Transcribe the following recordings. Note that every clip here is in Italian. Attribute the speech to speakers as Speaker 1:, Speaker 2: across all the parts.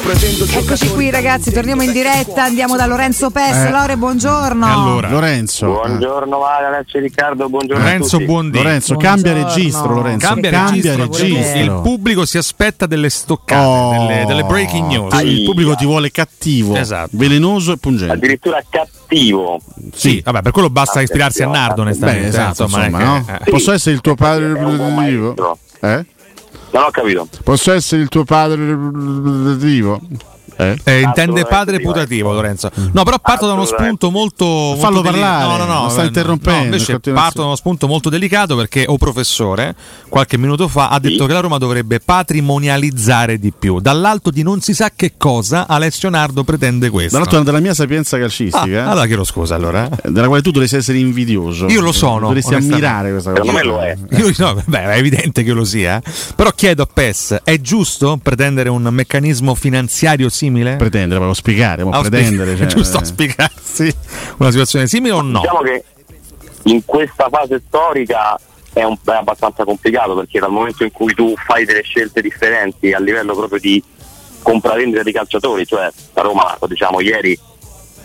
Speaker 1: presento
Speaker 2: Eccoci qui ragazzi, torniamo in diretta, andiamo da Lorenzo Pes.
Speaker 3: Eh.
Speaker 2: Lore, buongiorno.
Speaker 3: Lorenzo.
Speaker 4: Buongiorno Vale, Alessio e Riccardo, buongiorno
Speaker 3: Lorenzo
Speaker 4: a tutti.
Speaker 3: Buondì.
Speaker 5: eh. Lorenzo, cambia registro, Lorenzo.
Speaker 3: Cambia, registro,
Speaker 5: registro. Oh.
Speaker 3: Il pubblico si aspetta delle stoccate, delle, delle breaking news.
Speaker 5: Ah, il pubblico ti vuole cattivo,
Speaker 3: Esatto.
Speaker 5: velenoso e pungente.
Speaker 4: Addirittura cattivo.
Speaker 3: Sì, vabbè, per quello basta ispirarsi a Nardo, onestamente.
Speaker 5: Beh, esatto,
Speaker 3: insomma,
Speaker 5: insomma,
Speaker 3: è
Speaker 5: no?
Speaker 3: che- eh.
Speaker 5: Posso essere il tuo padre representativo? Eh?
Speaker 4: Non ho capito.
Speaker 5: Posso essere il tuo padre representativo? Eh?
Speaker 3: Eh, intende padre putativo Lorenzo. No, però parto da uno spunto molto. molto
Speaker 5: Mm. Fallo
Speaker 3: delicato.
Speaker 5: parlare,
Speaker 3: No, no, no.
Speaker 5: lo sta
Speaker 3: eh,
Speaker 5: interrompendo,
Speaker 3: no, invece
Speaker 5: in continuazione.
Speaker 3: parto da uno spunto molto delicato perché O professore, qualche minuto fa, ha detto che la Roma dovrebbe patrimonializzare di più. Dall'alto di non si sa che cosa, Alessio Nardo pretende questo.
Speaker 5: Dall'altro della mia sapienza calcistica,
Speaker 3: Ah, allora chiedo scusa allora.
Speaker 5: eh, della quale tu dovresti essere invidioso.
Speaker 3: Io lo sono,
Speaker 5: Dovresti
Speaker 3: onestamente.
Speaker 5: ammirare questa cosa.
Speaker 4: Secondo me lo è.
Speaker 3: Io- no, beh, è evidente che lo sia. Però chiedo a PES: è giusto pretendere un meccanismo finanziario simile?
Speaker 5: Pretendere, ma lo spiegare, ma
Speaker 3: Auspi-
Speaker 5: pretendere. cioè,
Speaker 3: è giusto
Speaker 5: eh.
Speaker 3: auspicarsi una situazione simile o no?
Speaker 4: Diciamo che in questa fase storica è, un- è abbastanza complicato perché dal momento in cui tu fai delle scelte differenti a livello proprio di compravendita di calciatori, cioè la Roma, lo diciamo ieri,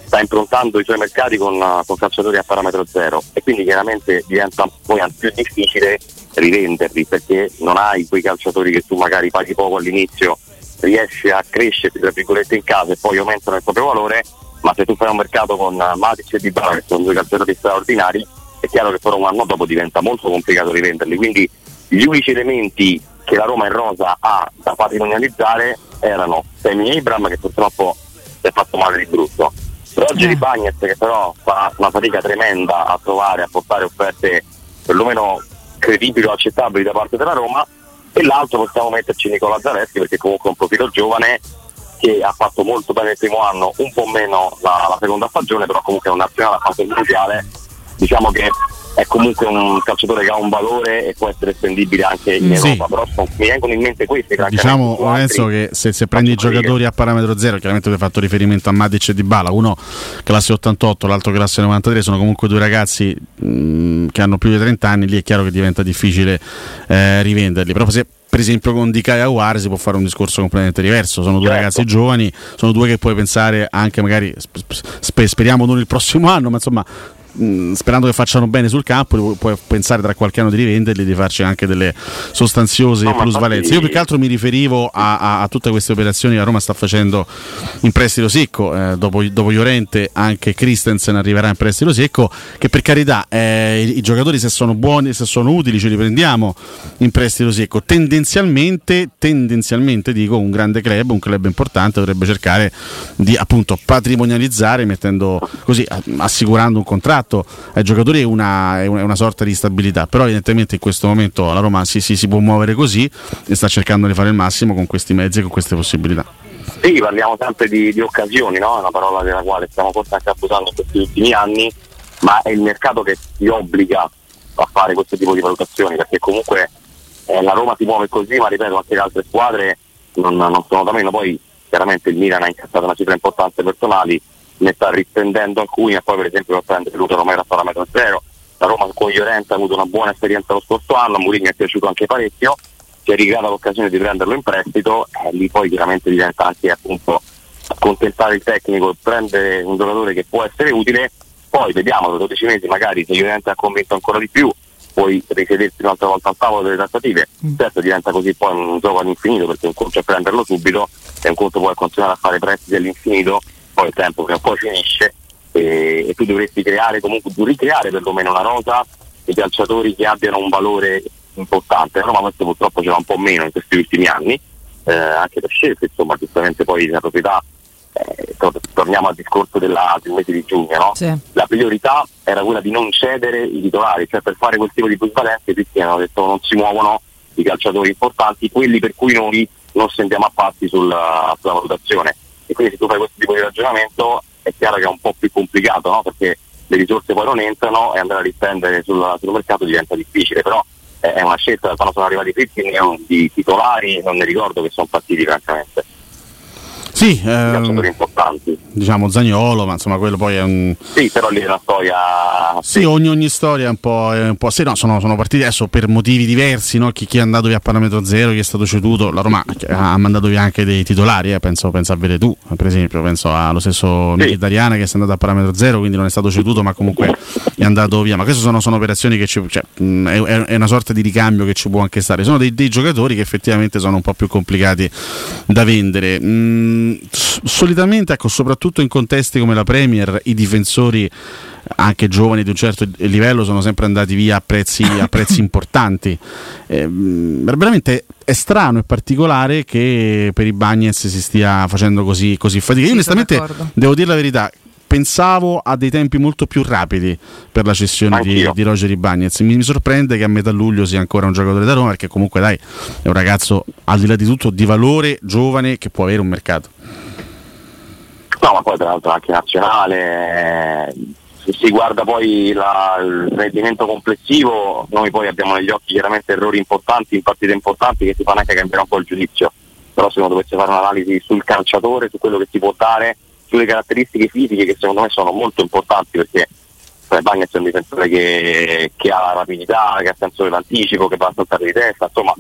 Speaker 4: sta improntando i suoi mercati con, eh, con calciatori a parametro zero e quindi chiaramente diventa poi an- più difficile rivenderli perché non hai quei calciatori che tu magari paghi poco all'inizio, riesci a crescerti tra virgolette in casa e poi aumentano il proprio valore, ma se tu fai un mercato con eh, Matic e Di che sono due calciatori straordinari, è chiaro che però un anno dopo diventa molto complicato rivenderli, quindi gli unici elementi che la Roma in rosa ha da patrimonializzare erano Semi Abram che purtroppo si è fatto male di brutto. Roger
Speaker 2: Eh.
Speaker 4: Bagnez che però fa una fatica tremenda a trovare, a portare offerte perlomeno credibili o accettabili da parte della Roma e l'altro possiamo metterci Nicola Zaleschi perché comunque è un profilo giovane che ha fatto molto bene il primo anno, un po' meno la, la seconda stagione, però comunque è un nazionale, ha fatto il mondiale, diciamo che è comunque un calciatore che ha un valore e può essere spendibile anche in
Speaker 5: Mm, sì.
Speaker 4: Europa, però sono- mi vengono in mente questi francamente,
Speaker 5: Diciamo
Speaker 4: su altri-
Speaker 5: Lorenzo che se, se prendi i
Speaker 4: Faccio
Speaker 5: giocatori a parametro zero, chiaramente tu hai fatto riferimento a Matic e Dybala, uno classe 88, l'altro classe 93, sono comunque due ragazzi mh, che hanno più di 30 anni, lì è chiaro che diventa difficile eh, rivenderli, però se per esempio con Di e Awar si può fare un discorso completamente diverso, sono due
Speaker 4: Certo.
Speaker 5: ragazzi giovani, sono due che puoi pensare anche magari, sp- sp- speriamo non il prossimo anno, ma insomma mh, sperando che facciano bene sul campo, pu- puoi pensare tra qualche anno di rivenderli e di farci anche delle sostanziose
Speaker 4: No, ma
Speaker 5: plusvalenze.
Speaker 4: infatti-
Speaker 5: Io più che altro mi riferivo a, a- a tutte queste operazioni che la Roma sta facendo in prestito secco. eh, dopo, dopo Llorente, anche Christensen arriverà in prestito secco. Che per carità, eh, i, i giocatori, se sono buoni, se sono utili, ce li prendiamo in prestito secco. Tendenzialmente, tendenzialmente dico, un grande club, un club importante, dovrebbe cercare di appunto patrimonializzare mettendo così a- assicurando un contratto ai giocatori e una, e una- una sorta di stabilità però evidentemente in questo momento la Roma si, si- si può muovere così e sta cercando di fare il massimo con questi mezzi e con queste possibilità
Speaker 4: Sì, parliamo sempre di, di occasioni, no? È una parola della quale stiamo forse anche abusando in questi ultimi anni, ma è il mercato che ti obbliga a fare questo tipo di valutazioni, perché comunque eh, la Roma si muove così, ma ripeto, anche le altre squadre non, non sono da meno. Poi chiaramente il Milan ha incassato una cifra importante personali, ne sta riprendendo alcuni, e poi per esempio va a prendere Luca Romero a parametro zero. La Roma con Llorente ha avuto una buona esperienza lo scorso anno, a Mourinho è piaciuto anche parecchio, si è ricreata l'occasione di prenderlo in prestito, e lì poi chiaramente diventa anche appunto accontentare il tecnico e prendere un giocatore che può essere utile, poi vediamo dopo 12 mesi magari se Llorente ha convinto ancora di più, puoi risederti un'altra volta al tavolo delle trattative, certo diventa così poi un gioco all'infinito perché un conto è prenderlo subito e un conto poi è continuare a fare prestiti all'infinito, poi il tempo prima o poi finisce e, e tu dovresti creare comunque tu ricreare perlomeno una rosa di calciatori che abbiano un valore importante. La Roma questo purtroppo ce l'ha un po' meno in questi ultimi anni, eh, anche per scelte, insomma, giustamente poi la proprietà, eh, to- torniamo al discorso della- del mese di giugno, no?
Speaker 2: Sì.
Speaker 4: la priorità era quella di non cedere i titolari, cioè per fare quel tipo di plusvalenze Cristiano ha detto non si muovono i calciatori importanti, quelli per cui noi non sentiamo appatti sulla, sulla valutazione. E quindi se tu fai questo tipo di ragionamento è chiaro che è un po' più complicato, no? perché le risorse poi non entrano e andare a rispendere sul, sul mercato diventa difficile, però è, è una scelta, quando sono arrivati i Cristian di titolari non ne ricordo che sono partiti francamente.
Speaker 5: Sì,
Speaker 4: calciatori
Speaker 5: ehm,
Speaker 4: importanti.
Speaker 5: diciamo Zagnolo, ma insomma quello poi è un...
Speaker 4: Sì, però lì è una storia.
Speaker 5: Sì, ogni, ogni storia è un po'. È un po' sì, no, sono, sono partiti adesso per motivi diversi. no? Chi, chi è andato via a parametro zero, chi è stato ceduto. La Roma ha ha mandato via anche dei titolari. eh, Penso, penso a Veretù, per esempio. Penso allo stesso
Speaker 4: Sì.
Speaker 5: Militariana che è andato a parametro zero, quindi non è stato ceduto, ma comunque è andato via. Ma queste sono, sono operazioni che ci, cioè, mh, è, è- è una sorta di ricambio che ci può anche stare. Sono dei, dei giocatori che effettivamente sono un po' più complicati da vendere. Mm, s- solitamente, ecco, soprattutto in contesti come la Premier, i difensori anche giovani di un certo livello sono sempre andati via a prezzi, a prezzi importanti. Eh, mh, veramente è strano e particolare che per i Bagnets si stia facendo così, così fatica. Io
Speaker 2: Sì, sono
Speaker 5: onestamente
Speaker 2: d'accordo.
Speaker 5: devo dire la verità. Pensavo a dei tempi molto più rapidi per la cessione di,
Speaker 4: Anch'io.
Speaker 5: di Roger Ibagnez. Mi, mi sorprende che a metà luglio sia ancora un giocatore da Roma, perché comunque dai, è un ragazzo al di là di tutto di valore, giovane, che può avere un mercato.
Speaker 4: No, ma poi tra l'altro anche nazionale, eh, se si guarda poi la- il rendimento complessivo, noi poi abbiamo negli occhi chiaramente errori importanti in partite importanti che ti fanno anche cambiare un po' il giudizio, però se uno dovesse fare un'analisi sul calciatore, su quello che ti può dare, sulle caratteristiche fisiche che secondo me sono molto importanti perché cioè, Bagnets è un difensore che, che ha rapidità, che ha senso dell'anticipo, che va a saltare di testa, insomma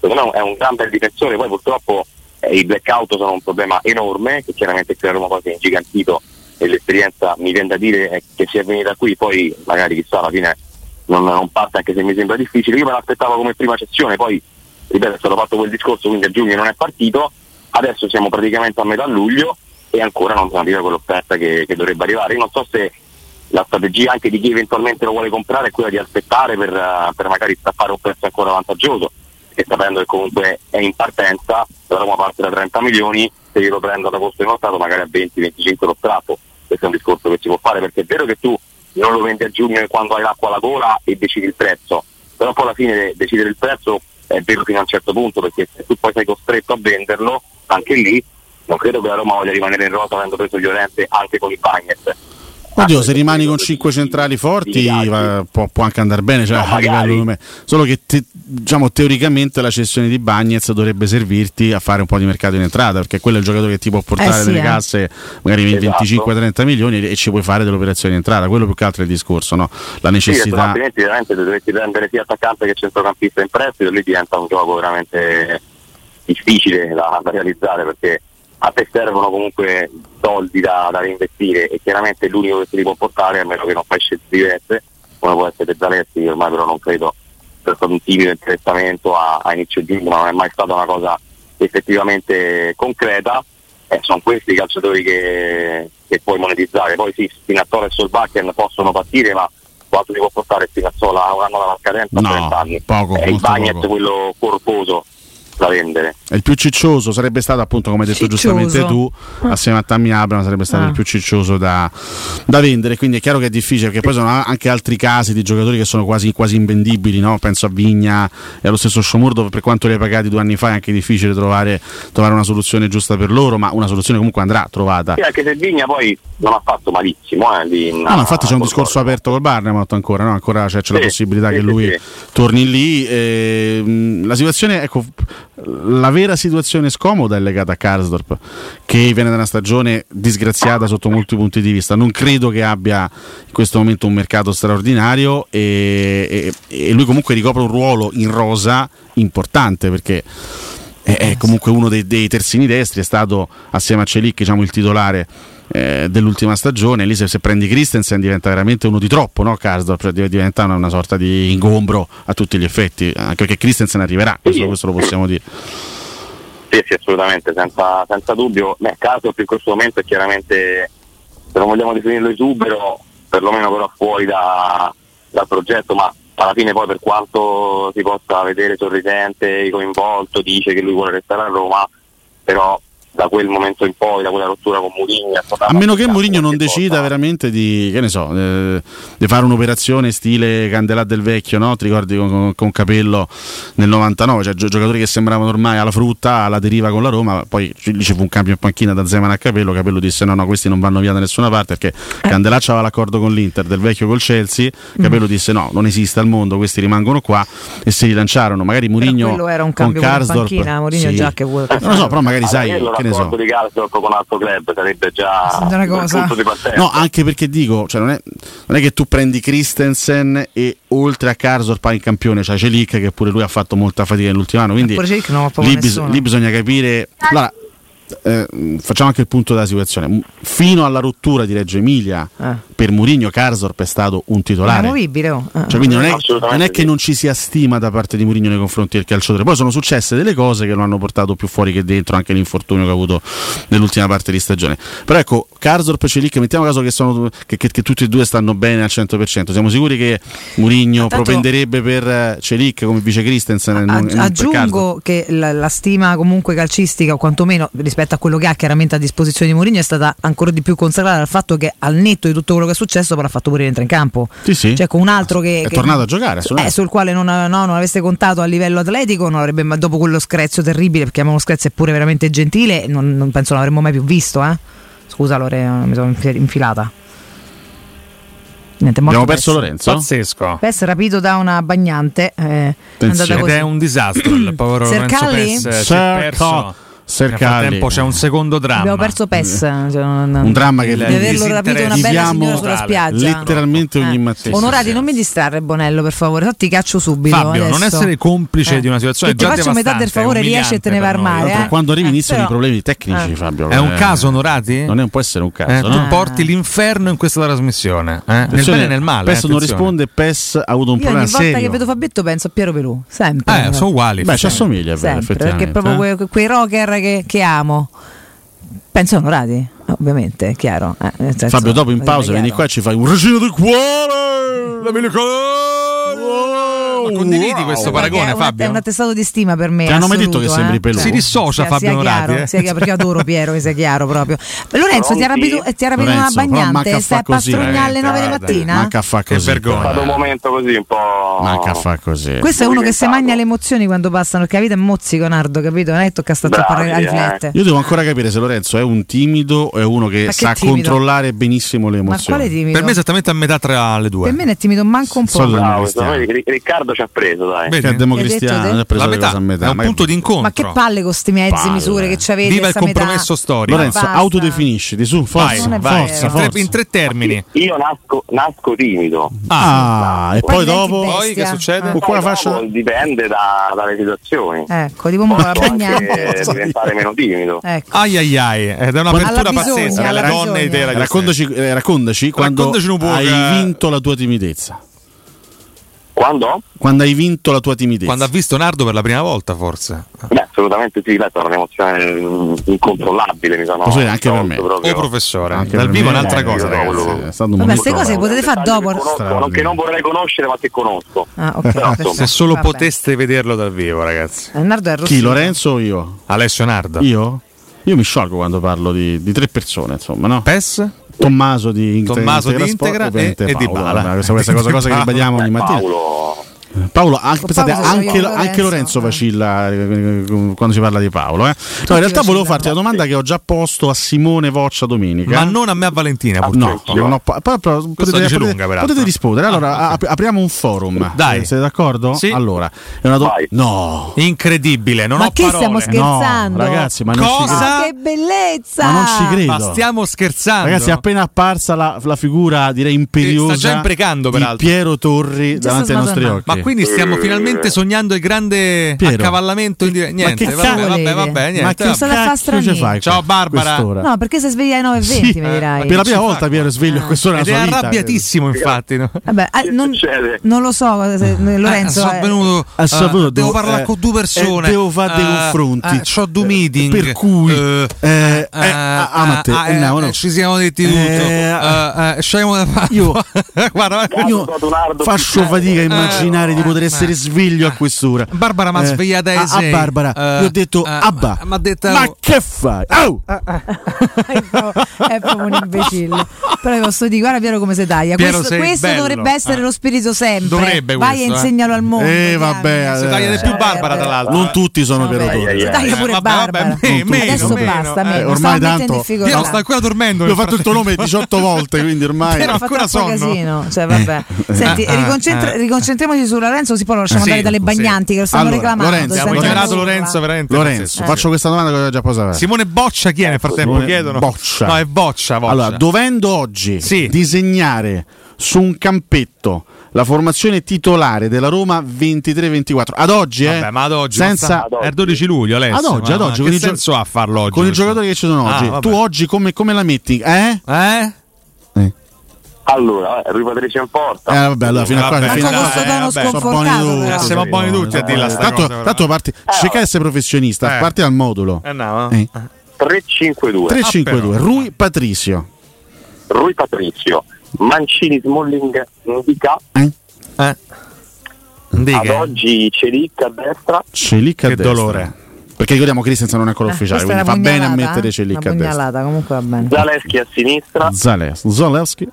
Speaker 4: secondo me è un gran bel difensore, poi purtroppo eh, i blackout sono un problema enorme che chiaramente qui a Roma poi si è ingigantito e l'esperienza mi viene da dire è che si è venuta qui, poi magari chissà alla fine non, non parte anche se mi sembra difficile, io me l'aspettavo come prima cessione, poi ripeto è stato fatto quel discorso quindi a giugno non è partito, adesso siamo praticamente a metà luglio e ancora non arriva quell'offerta che, che dovrebbe arrivare, io non so se la strategia anche di chi eventualmente lo vuole comprare è quella di aspettare per, eh, per magari staffare un prezzo ancora vantaggioso e sapendo che comunque è in partenza, la Roma parte da 30 milioni, se io lo prendo ad agosto inoltrato magari a 20-25 lo strappo, questo è un discorso che si può fare perché è vero che tu non lo vendi a giugno quando hai l'acqua alla gola e decidi il prezzo, però poi alla fine decidere il prezzo è vero fino a un certo punto perché se tu poi sei costretto a venderlo, anche lì non credo che la Roma voglia rimanere in rosa avendo preso Llorente anche con i Bagnet. Ah,
Speaker 5: Oddio, se rimani con 5 centrali forti va- può, può anche andare bene, cioè,
Speaker 4: No,
Speaker 5: a livello
Speaker 4: magari.
Speaker 5: di me. solo che te- diciamo, teoricamente la cessione di Bagnez dovrebbe servirti a fare un po' di mercato in entrata, perché quello è il giocatore che ti può portare
Speaker 2: Eh sì,
Speaker 5: delle
Speaker 2: eh.
Speaker 5: casse magari
Speaker 4: Esatto.
Speaker 5: 25-30 milioni e ci puoi fare delle operazioni in entrata, quello più che altro è il discorso, no? la
Speaker 4: Sì, perché
Speaker 5: necessità.
Speaker 4: altrimenti veramente se dovessi prendere sia attaccante che centrocampista in prestito, lì diventa un gioco veramente difficile da, da realizzare perché a te servono comunque soldi da, da reinvestire e chiaramente l'unico che si li può portare, a meno che non fai scelte diverse, come può essere Zaleschi, che ormai però non credo sia stato un timido interessamento a, a inizio giugno, ma non è mai stata una cosa effettivamente concreta. Eh, sono questi i calciatori che, che puoi monetizzare. Poi sì, Spinazzola e Solbakken possono partire, ma quanto ti può portare Spinazzola a un anno dalla scadenza
Speaker 5: No,
Speaker 4: a 30 anni?
Speaker 5: poco,
Speaker 4: È il
Speaker 5: molto
Speaker 4: Bagnet
Speaker 5: poco.
Speaker 4: quello corposo da vendere.
Speaker 5: È il più ciccioso sarebbe stato appunto come hai detto
Speaker 2: Ciccioso.
Speaker 5: giustamente tu assieme a Tammy Abram sarebbe stato
Speaker 2: Ah.
Speaker 5: il più ciccioso da, da vendere quindi è chiaro che è difficile perché poi sono a- anche altri casi di giocatori che sono quasi, quasi invendibili no? penso a Vigna e allo stesso Sciomur dove per quanto li hai pagati due anni fa è anche difficile trovare, trovare una soluzione giusta per loro ma una soluzione comunque andrà trovata
Speaker 4: Sì, anche se Vigna poi non ha fatto malissimo. Eh, lì in-
Speaker 5: No, Ah, ma infatti c'è un discorso
Speaker 4: Concordo.
Speaker 5: aperto col Barnemot ancora, no? ancora c'è, c'è la
Speaker 4: Sì,
Speaker 5: possibilità
Speaker 4: sì,
Speaker 5: che
Speaker 4: sì,
Speaker 5: lui
Speaker 4: sì.
Speaker 5: torni lì. e, mh, la situazione, ecco, la vera situazione scomoda è legata a Karsdorp, che viene da una stagione disgraziata sotto molti punti di vista. Non credo che abbia in questo momento un mercato straordinario e, e- e lui comunque ricopre un ruolo in rosa importante perché è, è comunque uno dei, dei terzini destri, è stato assieme a Celic diciamo, il titolare eh, dell'ultima stagione. Lì se, se prendi Christensen diventa veramente uno di troppo, no? Karsdorp Cioè, div- diventa una, una sorta di ingombro a tutti gli effetti, anche perché Christensen arriverà, questo, questo lo possiamo dire.
Speaker 4: Sì, sì, assolutamente, senza, senza dubbio. Beh, caso in questo momento è chiaramente, se non vogliamo definirlo esubero, perlomeno però fuori da- dal progetto, ma alla fine poi per quanto si possa vedere sorridente, coinvolto, dice che lui vuole restare a Roma, però da quel momento in poi, da quella rottura con Mourinho... è stata
Speaker 5: A meno che
Speaker 4: fatta
Speaker 5: Mourinho non
Speaker 4: qualche
Speaker 5: decida
Speaker 4: cosa.
Speaker 5: veramente di, che ne so, eh, di fare un'operazione stile Candelà del Vecchio, no? Ti ricordi con, con- con Capello nel 99, cioè gio- giocatori che sembravano ormai alla frutta, alla deriva con la Roma, poi ci- lì ci fu un cambio in panchina da Zeman a Capello, Capello disse no, no, questi non vanno via da nessuna parte perché
Speaker 2: Eh.
Speaker 5: Candelà aveva l'accordo con l'Inter, del Vecchio col Chelsea,
Speaker 2: Mm.
Speaker 5: Capello disse no, non esiste al mondo, questi rimangono qua e si rilanciarono, magari
Speaker 2: Però
Speaker 5: Mourinho
Speaker 2: quello era un
Speaker 5: con
Speaker 2: cambio con in
Speaker 5: Karsdorp
Speaker 2: panchina, Mourinho
Speaker 5: sì. Eh,
Speaker 2: già che vuole
Speaker 5: Non lo so, però magari
Speaker 4: Alla
Speaker 5: sai,
Speaker 4: fine loro
Speaker 5: che ne so.
Speaker 4: di calcio con un altro club sarebbe già
Speaker 2: Sembra una
Speaker 4: un
Speaker 2: cosa.
Speaker 4: punto di partenza.
Speaker 5: No, anche perché dico, cioè non, è, non è che tu prendi Christensen e oltre a Carzor poi in campione, cioè c'è Lick che pure lui ha fatto molta fatica nell'ultimo anno, quindi
Speaker 2: Eppure Eh, Celic non ha paura
Speaker 5: lì,
Speaker 2: a
Speaker 5: bis-
Speaker 2: nessuno.
Speaker 5: lì bisogna capire... Allora, eh, facciamo anche il punto della situazione. Fino alla rottura di Reggio Emilia,
Speaker 2: Eh.
Speaker 5: per Murigno Carzorp è stato un
Speaker 2: È
Speaker 5: titolare.
Speaker 2: movibile. oh. Eh.
Speaker 5: Cioè, quindi non è,
Speaker 4: Assolutamente
Speaker 5: non è che
Speaker 4: sì.
Speaker 5: non ci sia stima da parte di Mourinho nei confronti del calciatore. Poi sono successe delle cose che lo hanno portato più fuori che dentro, anche l'infortunio che ha avuto nell'ultima parte di stagione. Però ecco, Carzorp e Celic, mettiamo caso che, sono, che, che- che tutti e due stanno bene al 100%. Siamo sicuri che Mourinho
Speaker 2: Ah, Tanto- Ah,
Speaker 5: propenderebbe per eh, Celic come vice Christensen e non- e non
Speaker 2: Aggi-
Speaker 5: per Carzorp?
Speaker 2: aggiungo che la, la stima comunque calcistica o quantomeno rispetto a quello che ha chiaramente a disposizione di Mourinho è stata ancora di più consacrata dal fatto che al netto di tutto quello che è successo però ha fatto pure rientrare in campo
Speaker 5: Sì, sì.
Speaker 2: cioè con un altro che,
Speaker 5: È
Speaker 2: che-
Speaker 5: tornato a giocare,
Speaker 2: eh,
Speaker 5: assolutamente.
Speaker 2: sul quale non, no, non avesse contato a livello atletico non avrebbe mai- dopo quello screzio terribile perché uno screzio è pure veramente gentile non, non penso l'avremmo mai più visto eh. scusa Lore mi sono infi- infilata Niente, è morto
Speaker 5: Abbiamo perso
Speaker 2: Pez.
Speaker 5: Lorenzo?
Speaker 3: Pazzesco.
Speaker 2: Pez rapito da una bagnante eh, è andata
Speaker 5: Attenzione.
Speaker 3: Ed
Speaker 2: così
Speaker 3: è un disastro il povero Lorenzo
Speaker 2: Sercalli?
Speaker 3: Pes. eh, Si è
Speaker 5: Serca-
Speaker 3: perso. Nel
Speaker 5: Sercalli.
Speaker 3: frattempo c'è un secondo dramma.
Speaker 2: Abbiamo perso PES. cioè, non-
Speaker 5: Mm. Un dramma che
Speaker 3: Il-
Speaker 2: Di
Speaker 5: lei-
Speaker 3: il
Speaker 2: averlo rapito una bella
Speaker 5: Viviamo
Speaker 2: signora sulla spiaggia. Eh.
Speaker 5: letteralmente ogni mattina.
Speaker 2: Onorati, non mi distrarre, Bonello, per favore. No, ti caccio subito.
Speaker 3: Fabio,
Speaker 2: adesso.
Speaker 3: non essere complice
Speaker 2: Eh.
Speaker 3: di una situazione
Speaker 2: Che ti
Speaker 3: già
Speaker 2: faccio metà
Speaker 3: devastante,
Speaker 2: del favore, riesci e te ne vai al
Speaker 3: umiliante per
Speaker 2: mare,
Speaker 3: noi.
Speaker 5: Tra l'altro, quando arrivi
Speaker 2: Eh,
Speaker 5: iniziano
Speaker 2: però-
Speaker 5: i problemi tecnici,
Speaker 2: Eh.
Speaker 5: Fabio.
Speaker 3: È un
Speaker 5: eh,
Speaker 3: caso, onorati?
Speaker 5: Non è un- può essere un caso.
Speaker 3: Eh,
Speaker 5: no?
Speaker 3: Tu porti l'inferno in questa trasmissione. eh? Nel
Speaker 5: Attenzione,
Speaker 3: bene e nel male.
Speaker 5: PES
Speaker 3: eh,
Speaker 5: non
Speaker 3: attenzione.
Speaker 5: risponde, PES ha avuto un
Speaker 2: Io ogni
Speaker 5: problema
Speaker 2: volta
Speaker 5: serio.
Speaker 2: che vedo Fabietto penso a Piero Pelù. Sempre.
Speaker 3: Eh, sono uguali.
Speaker 5: Beh, ci
Speaker 3: effettivamente.
Speaker 5: assomiglia, è vero,
Speaker 2: Sempre,
Speaker 5: effettivamente.
Speaker 2: perché è proprio
Speaker 5: eh.
Speaker 2: que- que- quei rocker che, che amo. Penso onorati, ovviamente, è chiaro. eh, nel senso-
Speaker 5: Fabio, dopo in
Speaker 2: voglio
Speaker 5: pausa
Speaker 2: dire,
Speaker 5: vieni qua
Speaker 2: chiaro.
Speaker 5: e ci fai un regino del cuore. La
Speaker 3: Ma
Speaker 5: mia
Speaker 3: condividi questo
Speaker 2: Guarda che
Speaker 3: paragone,
Speaker 2: è un-
Speaker 3: Fabio?
Speaker 2: Eh, È un attestato di stima per me.
Speaker 5: Ti hanno mai
Speaker 2: assoluto,
Speaker 5: detto che sembri
Speaker 2: eh.
Speaker 5: Pelù?
Speaker 3: Si dissocia
Speaker 2: sia-
Speaker 3: Fabio
Speaker 2: sia
Speaker 3: Norati,
Speaker 2: chiaro,
Speaker 3: eh.
Speaker 2: sia chiaro, perché io adoro Piero, che sia chiaro proprio. Lorenzo, ti ha rapito, eh, ti ha rapito
Speaker 5: Lorenzo,
Speaker 2: una
Speaker 5: però manca
Speaker 2: bagnante, stai
Speaker 5: a fa
Speaker 2: a
Speaker 5: così, Eh,
Speaker 2: pastrugnare alle
Speaker 3: veramente,
Speaker 2: 9 di
Speaker 3: guarda.
Speaker 2: mattina?
Speaker 5: Manca a fa
Speaker 3: Che
Speaker 5: così.
Speaker 3: vergogna.
Speaker 4: È stato un momento così un po'.
Speaker 5: Manca a fa così.
Speaker 2: Questo è uno che si
Speaker 4: Diventato.
Speaker 2: magna le emozioni quando passano, perché la vita è mozzico, Nardo, capito? Non è che tocca sta
Speaker 4: Bravi,
Speaker 2: troppo a
Speaker 4: eh.
Speaker 2: riflettere.
Speaker 5: Io devo ancora capire se Lorenzo è un timido o è uno che
Speaker 2: Ma che
Speaker 5: sa
Speaker 2: timido?
Speaker 5: controllare benissimo le
Speaker 2: Ma
Speaker 5: emozioni.
Speaker 2: quale timido?
Speaker 3: Per me è esattamente a metà tra le due.
Speaker 2: Per me non è timido manco un
Speaker 5: Sì, solito-
Speaker 2: po'.
Speaker 4: Bravo,
Speaker 5: Cristiano.
Speaker 4: secondo me Ric- Riccardo ci ha preso, dai.
Speaker 3: Vedi?
Speaker 5: Che è
Speaker 2: Che hai detto
Speaker 5: democristiano,
Speaker 2: te?
Speaker 5: ha preso
Speaker 3: La
Speaker 5: le
Speaker 3: metà
Speaker 5: cose a metà.
Speaker 3: è un
Speaker 5: Ma
Speaker 3: punto di incontro.
Speaker 2: Ma che palle con sti mezzi
Speaker 5: Palle.
Speaker 2: misure che ci avete?
Speaker 3: Viva il
Speaker 2: sta metà.
Speaker 3: compromesso storico.
Speaker 5: Lorenzo,
Speaker 2: Ma basta.
Speaker 5: autodefinisciti, su,
Speaker 3: Vai,
Speaker 5: forza,
Speaker 2: Non è
Speaker 3: vai.
Speaker 2: vero.
Speaker 5: forza,
Speaker 3: In tre-
Speaker 5: forza.
Speaker 3: In tre termini.
Speaker 4: Io nasco, nasco timido.
Speaker 3: Ah,
Speaker 5: Ah, e poi
Speaker 2: Poi diventi
Speaker 5: dopo...
Speaker 2: bestia.
Speaker 3: poi che succede?
Speaker 5: Con
Speaker 4: Poi
Speaker 5: quella
Speaker 4: dopo
Speaker 5: faccia-
Speaker 4: Dipende da- dalle situazioni.
Speaker 2: Ecco, tipo un po' la
Speaker 4: Può anche
Speaker 2: bagnante.
Speaker 5: so.
Speaker 4: diventare meno timido.
Speaker 2: Ecco.
Speaker 3: Ai ai ai, ed è un'apertura
Speaker 2: Alla bisogna,
Speaker 3: pazzesca.
Speaker 2: alla
Speaker 3: Le donne e
Speaker 2: bisogna.
Speaker 3: dei
Speaker 5: Eh,
Speaker 3: ragazzi.
Speaker 5: Raccontaci, eh, raccontaci quando
Speaker 3: Raccontaci un po'
Speaker 5: hai
Speaker 3: che-
Speaker 5: vinto la tua timidezza.
Speaker 4: Quando?
Speaker 5: Quando hai vinto la tua timidezza.
Speaker 3: Quando ha visto Nardo per la prima volta, forse.
Speaker 4: Beh, assolutamente sì, questa è un'emozione mm, incontrollabile, mi sono
Speaker 5: Posso dire, anche per me.
Speaker 4: tolto proprio.
Speaker 3: O professore.
Speaker 5: Anche
Speaker 3: Dal
Speaker 5: per
Speaker 3: vivo è
Speaker 5: me,
Speaker 3: un'altra
Speaker 5: eh,
Speaker 3: cosa,
Speaker 5: eh,
Speaker 3: ragazzi.
Speaker 5: È stato un
Speaker 2: Vabbè,
Speaker 5: momento
Speaker 2: queste cose le
Speaker 5: bravo.
Speaker 2: potete fare dopo.
Speaker 4: Che conosco, che non vorrei conoscere, ma che conosco.
Speaker 2: Ah, ok, perfetto.
Speaker 3: Se solo
Speaker 2: Vabbè.
Speaker 3: poteste vederlo dal vivo, ragazzi.
Speaker 2: Eh, Nardo è rosso.
Speaker 5: Chi, Lorenzo o io?
Speaker 3: Alessio Nardo.
Speaker 5: Io? Io mi sciolgo quando parlo di, di tre persone, insomma, no?
Speaker 3: PES?
Speaker 5: Tommaso di Inter-
Speaker 3: Tommaso di
Speaker 5: Sport
Speaker 3: Integra
Speaker 5: ovviamente
Speaker 3: e- e di
Speaker 5: Paolo.
Speaker 3: Bala.
Speaker 5: Allora, Questa, questa
Speaker 3: Di
Speaker 5: cosa, cosa che
Speaker 3: Bala.
Speaker 5: ribadiamo ogni mattina. Paolo,
Speaker 4: Paolo,
Speaker 5: anche,
Speaker 2: Con
Speaker 5: pensate,
Speaker 2: Ecco, Paolo
Speaker 5: anche,
Speaker 2: sono io,
Speaker 5: anche
Speaker 2: Lorenzo.
Speaker 5: Lorenzo vacilla eh, eh, quando si parla di Paolo. eh. No, in realtà volevo
Speaker 2: vacillano.
Speaker 5: farti la domanda che ho già posto a Simone Voccia domenica.
Speaker 3: Ma non a me a Valentina,
Speaker 5: Ah, No,
Speaker 3: purtroppo.
Speaker 5: non ho pa- però- però potete,
Speaker 3: dice
Speaker 5: potete-
Speaker 3: lunga, peraltro. Ah,
Speaker 5: potete rispondere. Allora, ap- apriamo un forum.
Speaker 3: Dai.
Speaker 5: Eh, Siete d'accordo?
Speaker 3: Sì.
Speaker 5: Allora, è una do-
Speaker 4: Vai.
Speaker 5: No.
Speaker 3: Incredibile, non
Speaker 2: Ma
Speaker 3: ho
Speaker 2: che
Speaker 3: parole.
Speaker 2: stiamo scherzando?
Speaker 5: No, ragazzi, ma non, ci
Speaker 3: Cosa?
Speaker 5: credo.
Speaker 2: Ah, che bellezza!
Speaker 5: ma non ci
Speaker 3: Ma
Speaker 5: credo.
Speaker 3: stiamo scherzando.
Speaker 5: Ragazzi, è appena apparsa la, la figura, direi imperiosa,
Speaker 3: Sta già imprecando,
Speaker 5: di
Speaker 3: peraltro.
Speaker 5: Piero Torri
Speaker 2: Già
Speaker 5: davanti
Speaker 2: sta
Speaker 5: ai nostri occhi.
Speaker 2: smadonnando.
Speaker 3: Ma quindi stiamo finalmente sognando il grande
Speaker 5: Piero.
Speaker 3: accavallamento in dire- Niente,
Speaker 5: che
Speaker 3: vabbè,
Speaker 5: cavolo
Speaker 3: vabbè,
Speaker 2: volete?
Speaker 3: vabbè,
Speaker 5: Ma
Speaker 3: eh, niente.
Speaker 5: che
Speaker 2: Sono stata a fare
Speaker 5: cazzo ci
Speaker 2: stranini.
Speaker 5: fai?
Speaker 3: Ciao, Barbara.
Speaker 5: quest'ora?
Speaker 2: No, perché si sveglia alle 9.20,
Speaker 5: Sì, eh,
Speaker 2: mi
Speaker 5: Per la
Speaker 2: dirai.
Speaker 5: prima
Speaker 3: Ci
Speaker 5: volta
Speaker 3: fa?
Speaker 5: Piero è sveglio a quest'ora
Speaker 3: Ed è
Speaker 5: nella sua vita.
Speaker 3: arrabbiatissimo, infatti. no?
Speaker 2: Vabbè, ah, non,
Speaker 4: succede?
Speaker 2: non lo so, se- Lorenzo.
Speaker 3: sono
Speaker 2: eh,
Speaker 3: venuto.
Speaker 5: Ha
Speaker 3: eh,
Speaker 5: saputo,
Speaker 3: devo
Speaker 5: eh,
Speaker 3: parlare con due persone.
Speaker 5: eh, devo fare dei
Speaker 3: eh,
Speaker 5: confronti.
Speaker 3: eh, ho due meeting.
Speaker 5: Per cui,
Speaker 3: eh,
Speaker 5: eh, eh, ah, ah, Matteo,
Speaker 3: ah,
Speaker 5: eh, no, no.
Speaker 3: ci siamo detti
Speaker 5: Eh,
Speaker 3: tutto.
Speaker 5: ah.
Speaker 3: eh, eh, scegliamo da fare.
Speaker 5: Io-
Speaker 3: guarda, guarda.
Speaker 5: Io faccio fatica a
Speaker 3: Eh,
Speaker 5: immaginare di poter essere sveglio a quest'ora.
Speaker 3: Barbara mi ha
Speaker 5: Eh,
Speaker 3: svegliata alle
Speaker 5: a- A
Speaker 3: sei.
Speaker 5: Barbara,
Speaker 3: Eh,
Speaker 5: gli ho detto
Speaker 3: eh,
Speaker 5: Abba.
Speaker 3: m'ha detto- Eh,
Speaker 5: Ma che fai? Au!
Speaker 2: è proprio- è proprio un imbecille. Però vi posso dire, guarda Piero come si taglia.
Speaker 3: Piero,
Speaker 2: questo
Speaker 3: sei
Speaker 2: questo
Speaker 3: bello.
Speaker 2: dovrebbe essere
Speaker 3: Eh.
Speaker 2: lo spirito sempre.
Speaker 3: Dovrebbe
Speaker 2: Vai
Speaker 3: questo,
Speaker 2: e
Speaker 3: eh.
Speaker 2: insegnalo al mondo.
Speaker 5: Eh, vabbè,
Speaker 2: diamine.
Speaker 3: Si taglia di più
Speaker 2: Eh,
Speaker 3: Barbara,
Speaker 2: vabbè.
Speaker 3: tra l'altro.
Speaker 5: Non tutti sono Piero
Speaker 2: vabbè,
Speaker 5: Torri.
Speaker 4: ai, ai,
Speaker 2: Si
Speaker 4: ai.
Speaker 2: taglia pure
Speaker 3: Eh, vabbè,
Speaker 2: Barbara.
Speaker 3: vabbè, me-
Speaker 5: meno,
Speaker 2: Adesso
Speaker 3: meno,
Speaker 2: basta,
Speaker 3: eh.
Speaker 2: meno.
Speaker 5: ormai
Speaker 2: Stavo mettendo
Speaker 5: tanto-
Speaker 2: in difficoltà.
Speaker 3: Io sto ancora dormendo.
Speaker 5: Io ho fatto il tuo nome 18 volte, quindi ormai.
Speaker 2: Però
Speaker 3: Però
Speaker 2: fa
Speaker 3: ancora
Speaker 2: troppo
Speaker 3: sonno.
Speaker 2: casino. Cioè, vabbè. Senti,
Speaker 3: Ah, ah,
Speaker 2: riconcentra-
Speaker 3: ah.
Speaker 2: riconcentriamoci su Lorenzo, così poi lo lasciamo
Speaker 3: Sì,
Speaker 2: andare dalle
Speaker 3: sì.
Speaker 2: bagnanti che lo stanno
Speaker 5: Allora,
Speaker 2: reclamando.
Speaker 5: Lorenzo,
Speaker 2: senza
Speaker 3: Abbiamo
Speaker 5: Lorenzo.
Speaker 3: generato
Speaker 2: nulla.
Speaker 3: Lorenzo veramente.
Speaker 5: Lorenzo,
Speaker 3: pazzesco.
Speaker 5: faccio questa domanda che aveva già posato.
Speaker 3: Simone Boccia chi è nel frattempo?
Speaker 5: Simone
Speaker 3: chiedono.
Speaker 5: Boccia.
Speaker 3: No, è Boccia. Boccia.
Speaker 5: Allora, dovendo oggi
Speaker 3: Sì.
Speaker 5: disegnare su un campetto la formazione titolare della Roma 23-24, ad oggi, eh,
Speaker 3: Vabbè, ma ad oggi,
Speaker 5: senza,
Speaker 3: ma sta- è il 12 luglio, Alessio.
Speaker 5: ad oggi,
Speaker 3: ma-
Speaker 5: ad oggi,
Speaker 3: ma
Speaker 5: con
Speaker 3: che
Speaker 5: i gio-
Speaker 3: senso ha farlo oggi?
Speaker 5: con i giocatori che ci sono
Speaker 3: Ah,
Speaker 5: oggi,
Speaker 3: vabbè.
Speaker 5: tu oggi come, come la metti? Eh?
Speaker 3: Eh?
Speaker 4: Allora, eh, Rui Patricio in porta.
Speaker 5: Eh, vabbè, allora, fino a qua,
Speaker 3: Vabbè,
Speaker 5: fino
Speaker 2: Manco
Speaker 5: a qua.
Speaker 3: dai,
Speaker 2: questo
Speaker 3: eh,
Speaker 2: tono
Speaker 3: vabbè.
Speaker 5: Sono
Speaker 2: sconfortato.
Speaker 5: buoni
Speaker 2: però.
Speaker 5: tutti.
Speaker 3: Eh, siamo buoni tutti a dirla sta
Speaker 5: Tanto,
Speaker 3: cosa. però.
Speaker 5: tanto parti, cerca di essere professionista,
Speaker 3: Eh.
Speaker 5: parti dal modulo.
Speaker 3: Eh, no, eh.
Speaker 5: Eh.
Speaker 4: 3-5-2.
Speaker 5: 3-5-2,
Speaker 3: Ah, però.
Speaker 5: Rui Patricio.
Speaker 4: Rui Patricio, Mancini, Smalling, Indica.
Speaker 5: Eh?
Speaker 3: Eh. Dica.
Speaker 4: Ad oggi Celic a destra.
Speaker 5: Celic a
Speaker 3: Che
Speaker 5: destra.
Speaker 3: dolore.
Speaker 5: Perché ricordiamo Christensen non è ancora
Speaker 2: Eh,
Speaker 5: ufficiale,
Speaker 2: questa
Speaker 5: quindi
Speaker 2: era
Speaker 5: fa bene a
Speaker 2: pugnalata,
Speaker 5: mettere
Speaker 2: eh? Una
Speaker 5: Celic a destra.
Speaker 2: pugnalata, comunque va bene.
Speaker 4: Zaleschi a sinistra.
Speaker 5: Zales- Zalewski.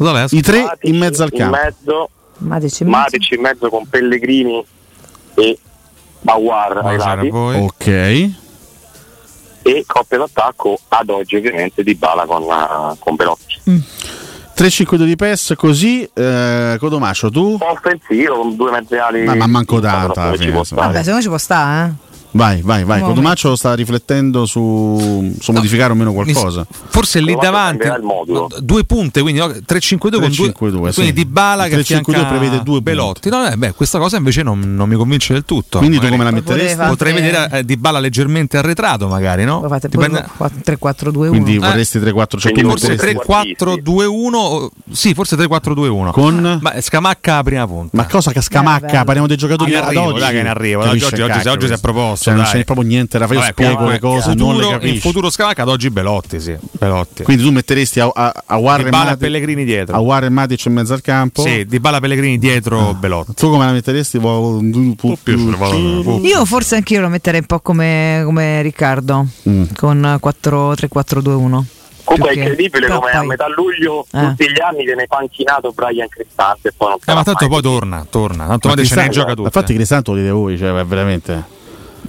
Speaker 3: Zalesco.
Speaker 5: I tre
Speaker 4: Matic
Speaker 5: in mezzo al campo.
Speaker 4: In mezzo,
Speaker 2: Mateci,
Speaker 4: Matic in mezzo con Pellegrini e Bawar ai
Speaker 3: Buonasera a
Speaker 5: boh.
Speaker 4: lati.
Speaker 3: voi.
Speaker 5: Oh, Ok.
Speaker 4: E coppia d'attacco ad oggi ovviamente di Bala con, eh, con Belotti.
Speaker 2: Mm.
Speaker 5: 3-5-2 di PES, così eh, Codomacio tu
Speaker 4: Offensivo con due mezzi ali.
Speaker 5: Ma- ma manco tanta, alla
Speaker 4: Dove ci
Speaker 5: fine,
Speaker 4: può
Speaker 5: insomma.
Speaker 4: stare.
Speaker 2: Vabbè, secondo me ci può stare, eh.
Speaker 5: vai, vai, vai.
Speaker 2: Un
Speaker 5: Codomaccio sta riflettendo su, su modificare o meno
Speaker 3: Mi s-
Speaker 5: qualcosa.
Speaker 3: Forse lì
Speaker 4: Lo vado a
Speaker 3: davanti
Speaker 4: cambiare il modulo.
Speaker 3: due punte, quindi no, 3-5-2 con 2
Speaker 5: 3-5-2,
Speaker 3: Quindi
Speaker 5: sì.
Speaker 3: Di Bala che
Speaker 5: Il 3-5-2
Speaker 3: affianca
Speaker 5: prevede due
Speaker 3: Belotti. No, no, beh, questa cosa invece non, non mi convince del tutto.
Speaker 5: Quindi tu
Speaker 3: Magari
Speaker 5: come la
Speaker 2: Poi
Speaker 5: metteresti?
Speaker 2: voleva-
Speaker 3: potrei
Speaker 2: Eh.
Speaker 3: vedere Di Bala leggermente arretrato, magari, no?
Speaker 2: Lo fate
Speaker 3: Dipende-
Speaker 2: 3-4-2-1.
Speaker 5: Quindi
Speaker 2: Quindi,
Speaker 5: vorresti 3-4, cioè tu
Speaker 4: Quindi
Speaker 3: Forse
Speaker 5: metteresti-
Speaker 3: 3-4-2-1. o- Sì, forse 3-4-2-1.
Speaker 5: Con-
Speaker 3: Ma Scamacca a prima punta.
Speaker 5: Ma cosa
Speaker 2: Beh,
Speaker 5: cascamacca?
Speaker 2: bello.
Speaker 5: Parliamo dei giocatori
Speaker 3: Ah, In
Speaker 5: ad
Speaker 3: arrivo,
Speaker 5: oggi.
Speaker 3: dai, che in arrivo.
Speaker 5: Capisci
Speaker 3: Oggi-
Speaker 5: il
Speaker 3: oggi-
Speaker 5: cacchio
Speaker 3: oggi si è
Speaker 5: questo.
Speaker 3: proposto,
Speaker 5: Cioè, non
Speaker 3: dai.
Speaker 5: c'è proprio niente da fare. Io
Speaker 3: Vabbè,
Speaker 5: spiego
Speaker 3: comunque,
Speaker 5: le
Speaker 3: eh,
Speaker 5: cose, non le
Speaker 3: futuro-
Speaker 5: capisci.
Speaker 3: Il futuro Scamacca ad oggi Belotti, sì. Belotti.
Speaker 5: Quindi tu metteresti a, a, a Warren
Speaker 3: Di Bala e
Speaker 5: Matic-
Speaker 3: Pellegrini dietro.
Speaker 5: a Warren Matic in mezzo al campo.
Speaker 3: Sì, Di Bala Pellegrini dietro Belotti.
Speaker 5: Tu come la metteresti? Vabbè,
Speaker 2: Io forse anch'io lo metterei un po' come, come Riccardo
Speaker 5: Mm.
Speaker 2: con 4-3-4-2-1.
Speaker 4: Comunque è
Speaker 2: Perché-
Speaker 4: incredibile
Speaker 2: però
Speaker 4: come a
Speaker 2: poi-
Speaker 4: metà luglio
Speaker 2: Eh.
Speaker 4: tutti gli anni viene panchinato Brian Cristante e poi non
Speaker 3: Eh,
Speaker 4: sarà
Speaker 3: ma tanto
Speaker 4: mai.
Speaker 3: poi torna, torna. Tanto Matic ce ne gioca eh. tutte.
Speaker 5: Infatti, Crisanto lo dite voi, cioè, veramente.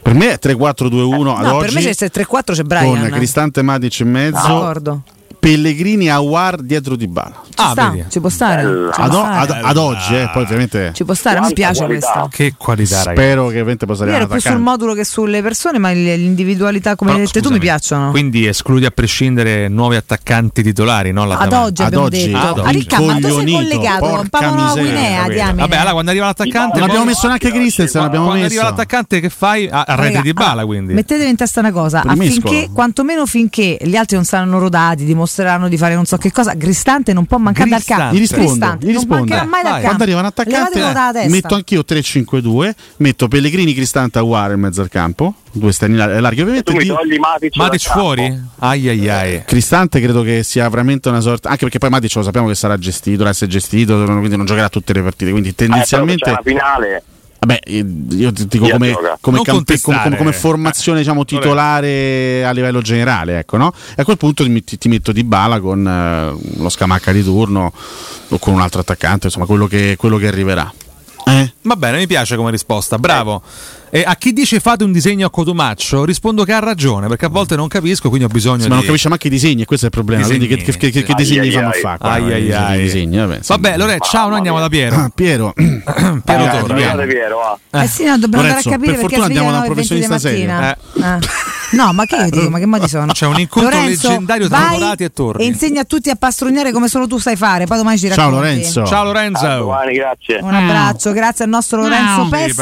Speaker 5: Per me è 3-4-2-1 ad
Speaker 2: Eh, no,
Speaker 5: oggi.
Speaker 2: per me c'è 3-4 c'è
Speaker 5: con
Speaker 2: Brian.
Speaker 5: Cristante Matic in
Speaker 4: Ah.
Speaker 5: mezzo,
Speaker 2: D'accordo. Ci
Speaker 5: Pellegrini a War dietro di Bala.
Speaker 3: Ah,
Speaker 2: sta,
Speaker 3: vedi.
Speaker 2: ci può stare.
Speaker 4: Bella.
Speaker 2: Ci può
Speaker 5: Ad, o-
Speaker 2: stare.
Speaker 5: ad- ad oggi, eh, poi ovviamente
Speaker 2: Ci può stare, mi
Speaker 4: Eh, Quanta
Speaker 2: piace
Speaker 4: qualità.
Speaker 2: questa.
Speaker 3: Che qualità, ragazzi.
Speaker 5: spero che ovviamente possa
Speaker 2: Io
Speaker 5: arrivare
Speaker 2: ero più sul modulo che sulle persone, ma l- l'individualità come
Speaker 3: Però,
Speaker 2: hai detto tu mi
Speaker 3: scusami,
Speaker 2: piacciono.
Speaker 3: Quindi escludi a prescindere nuovi attaccanti titolari, no? Là
Speaker 2: Ad
Speaker 3: davanti.
Speaker 2: oggi
Speaker 5: ad
Speaker 2: abbiamo
Speaker 5: oggi-
Speaker 2: detto.
Speaker 5: ad
Speaker 2: Ah,
Speaker 5: oggi.
Speaker 2: Ricca, ma tu sei
Speaker 5: Coglionito,
Speaker 2: collegato?
Speaker 5: porca
Speaker 2: Papua Nuova
Speaker 5: miseria,
Speaker 2: Guinea,
Speaker 3: Capito?
Speaker 2: diamine.
Speaker 3: Vabbè, allora quando arriva l'attaccante.
Speaker 5: Non
Speaker 4: Non
Speaker 3: poi-
Speaker 5: abbiamo messo neanche Christensen, l'abbiamo
Speaker 3: Quando arriva
Speaker 5: messo.
Speaker 3: l'attaccante, che fai? A, a rete
Speaker 2: Raga,
Speaker 3: di bala,
Speaker 2: ah,
Speaker 3: quindi.
Speaker 2: Mettetevi in testa una cosa,
Speaker 5: Premiscolo.
Speaker 2: affinché, quantomeno finché gli altri non saranno rodati, dimostreranno di fare non so che cosa, Cristante non può mancare dal
Speaker 3: Cristante.
Speaker 2: campo.
Speaker 5: Gli rispondo,
Speaker 2: Cristante
Speaker 5: gli
Speaker 2: non
Speaker 5: rispondo.
Speaker 2: mancherà mai dal
Speaker 3: Vai.
Speaker 2: campo.
Speaker 5: Quando arriva un attaccante,
Speaker 2: Levatelo dalla testa.
Speaker 5: metto anch'io 3-5-2, metto Pellegrini, Cristante a War in mezzo al campo, due esterni lar- larghi ovviamente.
Speaker 4: Tu mi
Speaker 5: di-
Speaker 4: togli Matic, dal
Speaker 3: Matic
Speaker 4: campo. Eh,
Speaker 3: fuori? Ai ai ai.
Speaker 5: Eh, Cristante credo che sia veramente una sorta, anche perché poi Matic lo sappiamo che sarà gestito, dovrà essere gestito, quindi non giocherà tutte le partite, quindi
Speaker 4: Eh, però c'è
Speaker 5: tendenzialmente Eh,
Speaker 4: una finale
Speaker 5: Vabbè, io ti dico
Speaker 4: Via
Speaker 5: come,
Speaker 4: gioca.
Speaker 5: come
Speaker 3: Non
Speaker 5: campe-
Speaker 3: contestare.
Speaker 5: come- come formazione diciamo, titolare a livello generale, ecco, no? E a quel punto ti, ti metto di bala con eh, lo scamacca di turno o con un altro attaccante, insomma, quello che, quello che arriverà. Eh?
Speaker 3: Va bene, mi piace come risposta, bravo. E a chi dice fate un disegno a Cotumaccio, rispondo che ha ragione, perché a volte non capisco, quindi ho bisogno
Speaker 5: Sì,
Speaker 3: di.
Speaker 5: ma non capisciamo anche i disegni, questo è il problema.
Speaker 3: Disegnini,
Speaker 5: quindi che, che- che- che
Speaker 4: sì.
Speaker 5: disegni
Speaker 4: Ai,
Speaker 5: fanno a
Speaker 4: ai,
Speaker 5: fare? qua?
Speaker 3: Ai ai
Speaker 5: Disegni,
Speaker 3: ai.
Speaker 5: disegni, vabbè, insomma.
Speaker 3: Vabbè, Lore, ciao, noi andiamo da Piero.
Speaker 5: Ah, Piero,
Speaker 3: Piero
Speaker 5: Ah,
Speaker 3: Torre.
Speaker 5: Piero.
Speaker 4: Guardate Piero, va.
Speaker 2: Eh sì, no, dobbiamo andare
Speaker 5: Lorenzo,
Speaker 2: a capire
Speaker 5: per
Speaker 2: perché
Speaker 5: fortuna andiamo da un
Speaker 2: sveglia
Speaker 5: professionista
Speaker 2: alle 9:20 di
Speaker 5: serio.
Speaker 2: mattina. Eh. No, ma che io dico? Ma che modi sono?
Speaker 3: C'è un incontro
Speaker 2: Lorenzo,
Speaker 3: leggendario tra
Speaker 2: vai
Speaker 3: Morati e Torri.
Speaker 2: E insegna a tutti a pastrugnare come solo tu sai fare. Poi domani ci
Speaker 5: ciao
Speaker 2: racconti.
Speaker 5: Lorenzo.
Speaker 3: Ciao
Speaker 4: A
Speaker 3: Lorenzo.
Speaker 4: domani, grazie.
Speaker 2: Un abbraccio, grazie al nostro Lorenzo Pes.